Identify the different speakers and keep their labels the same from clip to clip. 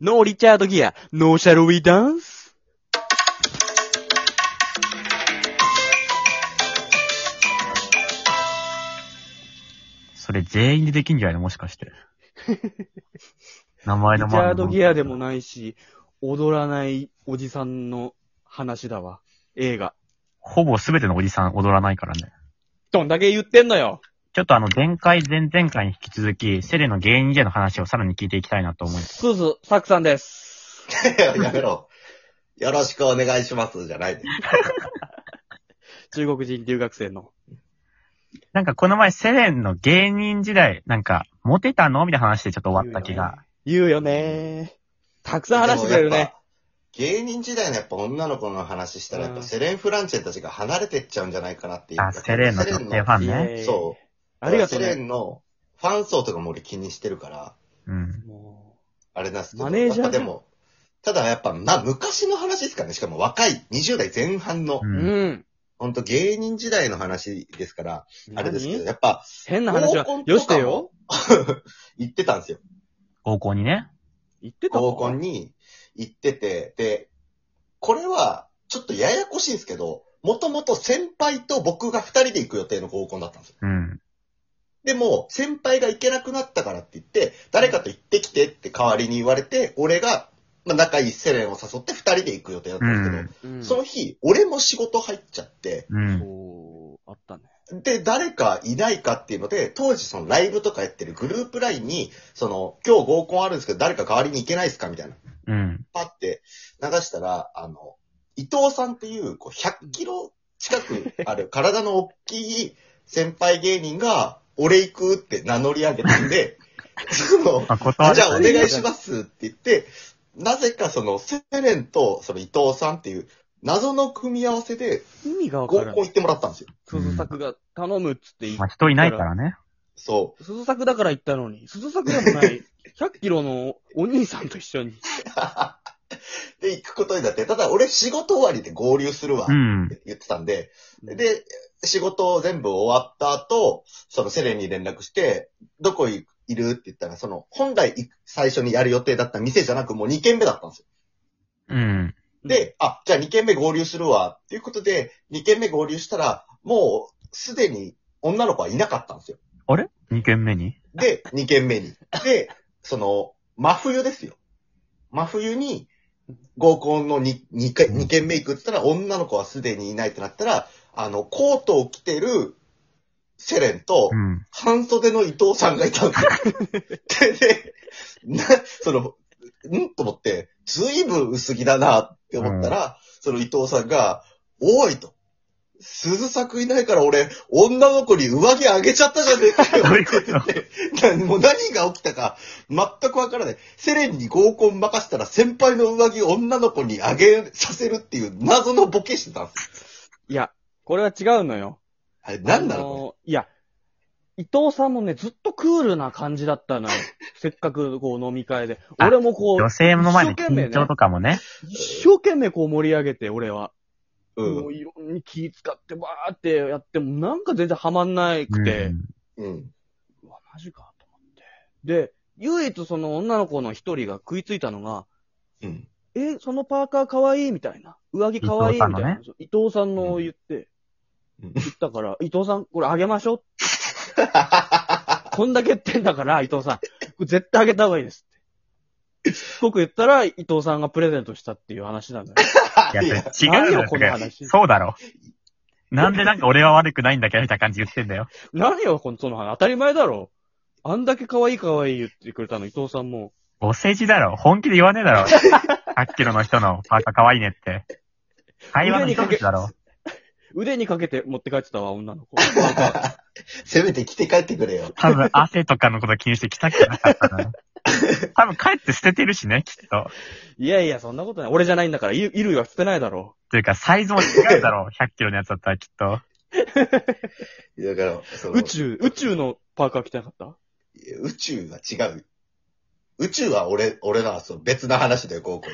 Speaker 1: ノーリチャードギア、ノーシャルウィダンス
Speaker 2: それ全員でできんじゃないのもしかして。名前
Speaker 1: リチ
Speaker 2: の
Speaker 1: ャードギアでもないし、踊らないおじさんの話だわ。映画。
Speaker 2: ほぼすべてのおじさん踊らないからね。
Speaker 1: どんだけ言ってんのよ
Speaker 2: ちょっとあの、前回、前々回に引き続き、セレの芸人時代の話をさらに聞いていきたいなと思います。
Speaker 1: すず、さくさんです。
Speaker 3: やめろ。よろしくお願いします、じゃない。
Speaker 1: 中国人留学生の。
Speaker 2: なんかこの前、セレンの芸人時代、なんか、モテたのみたいな話でちょっと終わった気が。
Speaker 1: 言うよねたくさん話してくれる
Speaker 3: でもやっ
Speaker 1: ね。
Speaker 3: ぱ。芸人時代のやっぱ女の子の話したら、やっ
Speaker 1: う
Speaker 3: ぱ
Speaker 1: ん
Speaker 3: セレン・フランチェンたちが離れてっちゃうんじゃないかなっていう。
Speaker 2: あ、セレンの特定ファン
Speaker 1: イエ
Speaker 2: ね。
Speaker 1: ーイ
Speaker 3: そう。
Speaker 1: ありがとう
Speaker 3: セレ
Speaker 1: ね。
Speaker 3: ンのファン層とかも俺気にしてるから、
Speaker 2: うん。
Speaker 1: も
Speaker 3: あれなんですけど。
Speaker 1: マネージャー
Speaker 3: やっぱでも、ただやっぱ、まあ昔の話ですからね。しかも若い、20代前半の、
Speaker 1: うう
Speaker 2: うん。
Speaker 1: ん。
Speaker 3: ほんと芸人時代の話ですから、あれですけど、
Speaker 1: 何
Speaker 3: やっぱ、
Speaker 1: 変な話は
Speaker 3: 合コン、とか
Speaker 1: よ
Speaker 3: も
Speaker 1: してよ。。
Speaker 3: 言ってたんですよ。
Speaker 2: 高校にね。
Speaker 1: 言 ってた
Speaker 3: 合コンに行ってて、で、これは、ちょっとややこしいんですけど、もともと先輩と僕が二人で行く予定の合コンだったんですよ。
Speaker 2: うん。
Speaker 3: でも、先輩が行けなくなったからって言って、誰かと行ってきてって代わりに言われて、俺が、まあ、仲いいセレンを誘って二人で行く予定だったんですけど、
Speaker 1: うん。
Speaker 3: その日、俺も仕事入っちゃって、
Speaker 2: うん。
Speaker 1: そう、あったね。
Speaker 3: で、誰かいないかっていうので、当時そのライブとかやってるグループラインに、その、今日合コンあるんですけど、誰か代わりに行けないですかみたいな。
Speaker 2: うん。
Speaker 3: パって流したら、あの、伊藤さんっていう、こう、100キロ近くある 体の大きい先輩芸人が、俺行くって名乗り上げたんで、 その、
Speaker 2: あ、
Speaker 3: あ
Speaker 2: 断
Speaker 3: じ
Speaker 2: る
Speaker 3: ゃあお願いしますって言って、なぜかその、セレンとその伊藤さんっていう、謎の組み合わせで
Speaker 1: 意味がわ
Speaker 3: 合コ
Speaker 1: か
Speaker 3: ン
Speaker 1: らん
Speaker 3: 行。ってもらったんですよ。
Speaker 1: 鈴作が頼むっつって言い
Speaker 2: まあ、人いないからね。
Speaker 3: そ
Speaker 1: 鈴作だから行ったのに、鈴作でも ない、100キロのお兄さんと一緒に。
Speaker 3: う。 で、行くことになって、ただ俺仕事終わりで合流するわ
Speaker 2: う
Speaker 3: っ
Speaker 2: ん。
Speaker 3: て言ってたんで、で、仕事全部終わった後、そのセレンに連絡して、どこいるって言ったら、その、本来い最初にやる予定だった店じゃなく、もう2軒目だったんですよ。
Speaker 2: うん。
Speaker 3: で、あ、じゃあ2軒目合流するわ、っていうことで、2軒目合流したら、もう、すでに女の子はいなかったんですよ。
Speaker 2: あれ二軒目に
Speaker 3: で、2軒目に。で、その、真冬ですよ。真冬に、合コンの 2, 二回二軒目行くって言ったら、女の子はすでにいないってなったら、あの、コートを着てるセレンと
Speaker 2: う、ん。
Speaker 3: 半袖の伊藤さんがいた んですよ。で、でな、その、んと思って、ずいぶん薄着だなって思ったら、その伊藤さんが、おいと。鈴作いないから俺、女の子に上着あげちゃったじゃねえかよ
Speaker 2: どういうこと
Speaker 3: って言 って、もう何が起きたか全くわからない。セレンに合コン任せたら先輩の上着を女の子にあげさせるっていう謎のボケしてたんですよ。
Speaker 1: いや、これは違うのよ。
Speaker 3: あれ何な
Speaker 1: あ
Speaker 3: のこ
Speaker 1: のいや、伊藤さんもね、ずっとクールな感じだったのよ。せっかくこう飲み会で。
Speaker 2: あ
Speaker 1: 俺もこ
Speaker 2: 女
Speaker 1: う、
Speaker 2: 性の前の
Speaker 1: 一生懸命ね
Speaker 2: 緊張とかもね。
Speaker 1: 一生懸命こう盛り上げて、俺は。
Speaker 3: れ
Speaker 1: もういろんな気使ってバーってやっても、なんか全然ハマんなくて。
Speaker 2: うん
Speaker 3: うん。うん。
Speaker 1: うわ、マジかと思って。で、唯一その女の子の一人が食いついたのが、
Speaker 3: うん。
Speaker 1: え、そのパーカーかわいいみたいな。上着かわいいみたいな。そう伊藤さんの言って、
Speaker 3: うん
Speaker 1: 言ったから、伊藤さん、これあげましょう。こんだけ言ってんだから、伊藤さん。これ絶対あげた方がいいですって。しつこく言ったら、伊藤さんがプレゼントしたっていう話なんだよ。
Speaker 2: いや、
Speaker 3: い
Speaker 2: 違
Speaker 3: や
Speaker 2: う
Speaker 1: 何よ、
Speaker 2: よそ
Speaker 1: この
Speaker 2: れ
Speaker 1: 話
Speaker 2: そうだろ。なんでなんか俺は悪くないんだけど、みたいな感じ言ってんだよ。
Speaker 1: 何よ、この、その話。当たり前だろ。あんだけ可愛い可愛い言ってくれたの、伊藤さんも。
Speaker 2: お世辞だろ。本気で言わねえだろ。100キロの人のパーカー可愛いねって。会話の一つだろ。
Speaker 1: 腕にかけて持って帰ってたわ、女 の子。
Speaker 3: せめて着て帰ってくれよ。
Speaker 2: 多分汗とかのこと気にして来たくなかったな。多分帰って捨ててるしね、きっと。
Speaker 1: いやいや、そんなことない。俺じゃないんだから、い衣類は捨てないだろ。
Speaker 2: というか、サイズも違うだろう。100キロのやつだったらきっと。
Speaker 3: だから、そうの
Speaker 1: 宇宙、宇宙のパーカー着てなかった
Speaker 3: いや宇宙は違う。宇宙は俺、俺らはその別な話だよ、合コン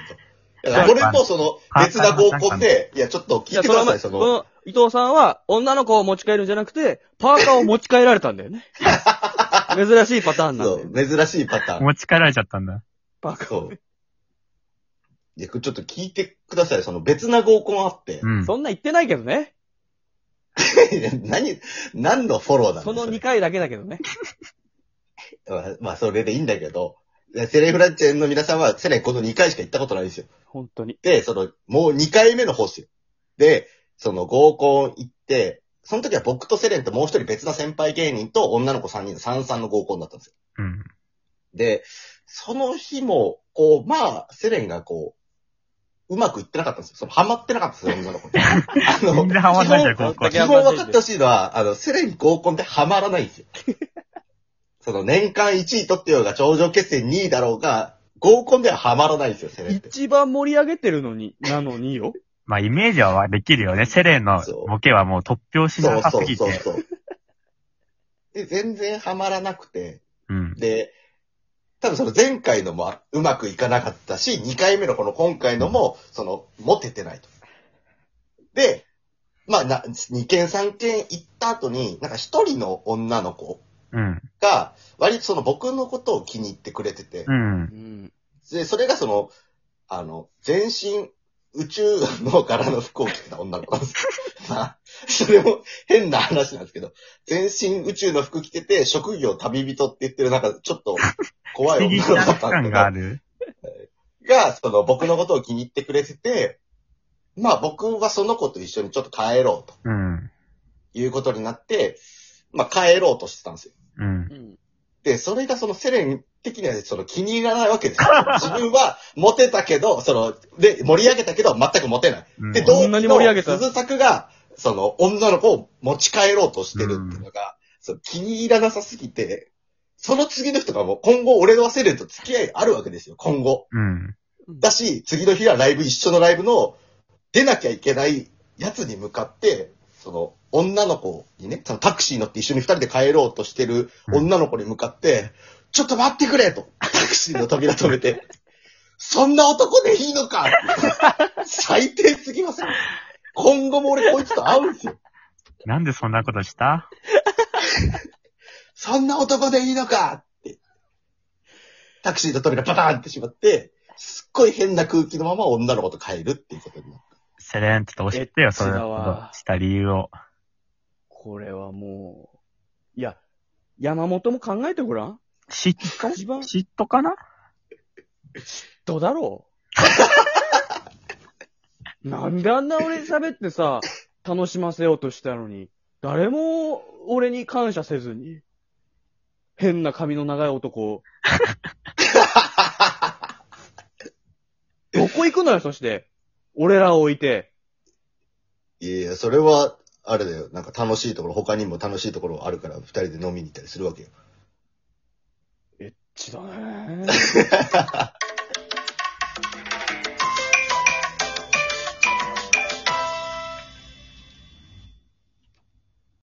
Speaker 3: と。だから俺もその別な合コンで、いや、ちょっと聞いてください、そ
Speaker 1: こ
Speaker 3: の、
Speaker 1: の、伊藤さんは、女の子を持ち帰るんじゃなくて、パーカーを持ち帰られたんだよ ね。珍しいパターンなん
Speaker 3: そ
Speaker 1: だよ。
Speaker 3: う、珍しいパターン。
Speaker 2: 持ち帰られちゃったんだ。
Speaker 1: パーカー。
Speaker 3: そう。いや、ちょっと聞いてください。その別な合コンあって。
Speaker 2: うん。
Speaker 1: そんな言ってないけどね。
Speaker 3: 何、何のフォローなんです
Speaker 1: そ
Speaker 3: か
Speaker 1: の2回だけだけどね。
Speaker 3: まあ、それでいいんだけど、セレフランチェンの皆さんは、セレンこの2回しか行ったことないんですよ。
Speaker 1: 本当に。
Speaker 3: で、その、もう2回目の方ですよ。で、その合コン行って、その時は僕とセレンともう一人別な先輩芸人と女の子3人で33の合コンだったんですよ。
Speaker 2: うん。
Speaker 3: で、その日も、こう、まあ、セレンがこう、うまくいってなかったんですよ。その、ハマってなかったんですよ、女 の子に。
Speaker 2: み
Speaker 3: あ
Speaker 2: んなハマんないじゃん、
Speaker 3: 基本
Speaker 2: 高校
Speaker 3: 基本分かってほしいのは、あの、セレン合コンってハマらないんですよ。その、年間1位取ってようが、頂上決戦2位だろうが、合コンではハマらないんですよ、セレンって。
Speaker 1: 一番盛り上げてるのに、なのによ。
Speaker 2: まあ、イメージはできるよね。セレンのボケはもう突拍子
Speaker 3: そ
Speaker 2: な
Speaker 3: う
Speaker 2: さ
Speaker 3: そ
Speaker 2: す
Speaker 3: う
Speaker 2: ぎ
Speaker 3: そう
Speaker 2: て。
Speaker 3: そう。で、全然ハマらなくて、
Speaker 2: うん。
Speaker 3: で、多分その前回のもうまくいかなかったし、2回目のこの今回のも、その、モテてないと。で、まあな、2件3件行った後に、なんか一人の女の子
Speaker 2: うん。
Speaker 3: が、割とその僕のことを気に入ってくれてて
Speaker 2: う、ん。
Speaker 1: うん。
Speaker 3: で、それがその、あの、全身宇宙の柄の服を着てた女の子な んです。まあ、それも変な話なんですけど、全身宇宙の服着てて、職業旅人って言ってる、なんかちょっと怖
Speaker 2: 不
Speaker 3: い
Speaker 2: 思議
Speaker 3: 女の
Speaker 2: な
Speaker 3: 子だったん
Speaker 2: 感
Speaker 3: ですけ
Speaker 2: があ
Speaker 3: ど、
Speaker 2: る。
Speaker 3: が、その僕のことを気に入ってくれてて、まあ僕はその子と一緒にちょっと帰ろうと
Speaker 2: うん。
Speaker 3: いうことになって、まあ帰ろうとしてたんですよ。
Speaker 2: うん。
Speaker 1: うん。
Speaker 3: で、それがそのセレン的にはその気に入らないわけです よ。自分はモテたけど、その、で、盛り上げたけど全くモテない。
Speaker 2: うん
Speaker 3: で、
Speaker 1: ど
Speaker 3: 同
Speaker 1: こ
Speaker 3: 期
Speaker 1: んなに盛り上
Speaker 3: の
Speaker 1: げた
Speaker 3: 鈴作が、その、女の子を持ち帰ろうとしてるっていうのが、その気に入らなさすぎて、その次の日とかも今後俺のセレンと付き合いあるわけですよ、今後。
Speaker 2: うん。
Speaker 3: だし、次の日はライブ、一緒のライブの、出なきゃいけないやつに向かって、その、女の子にね、そのタクシー乗って一緒に二人で帰ろうとしてる女の子に向かって、ちょっと待ってくれと、タクシーの扉止めて、そんな男でいいのか最低すぎません今後も俺こいつと会うんですよ。
Speaker 2: なんでそんなことした
Speaker 3: そんな男でいいのかって。タクシーの扉パターンってしまって、すっごい変な空気のまま女の子と帰るっていうことになる
Speaker 2: セレンちょっと教えてよ、そういう
Speaker 1: エッチだ
Speaker 2: こ
Speaker 1: わ
Speaker 2: とした理由を。
Speaker 1: これはもう、いや、山本も考えてごらん。
Speaker 2: 嫉
Speaker 1: 一番
Speaker 2: 妬嫉妬かな
Speaker 1: どうだろうなんであんな俺喋ってさ、楽しませようとしたのに、誰も俺に感謝せずに、変な髪の長い男。どこ行くのよ、そして。俺らを置いて。
Speaker 3: いやいや、それは、あれだよ。なんか楽しいところ、他にも楽しいところあるから、二人で飲みに行ったりするわけよ。
Speaker 1: ちだね。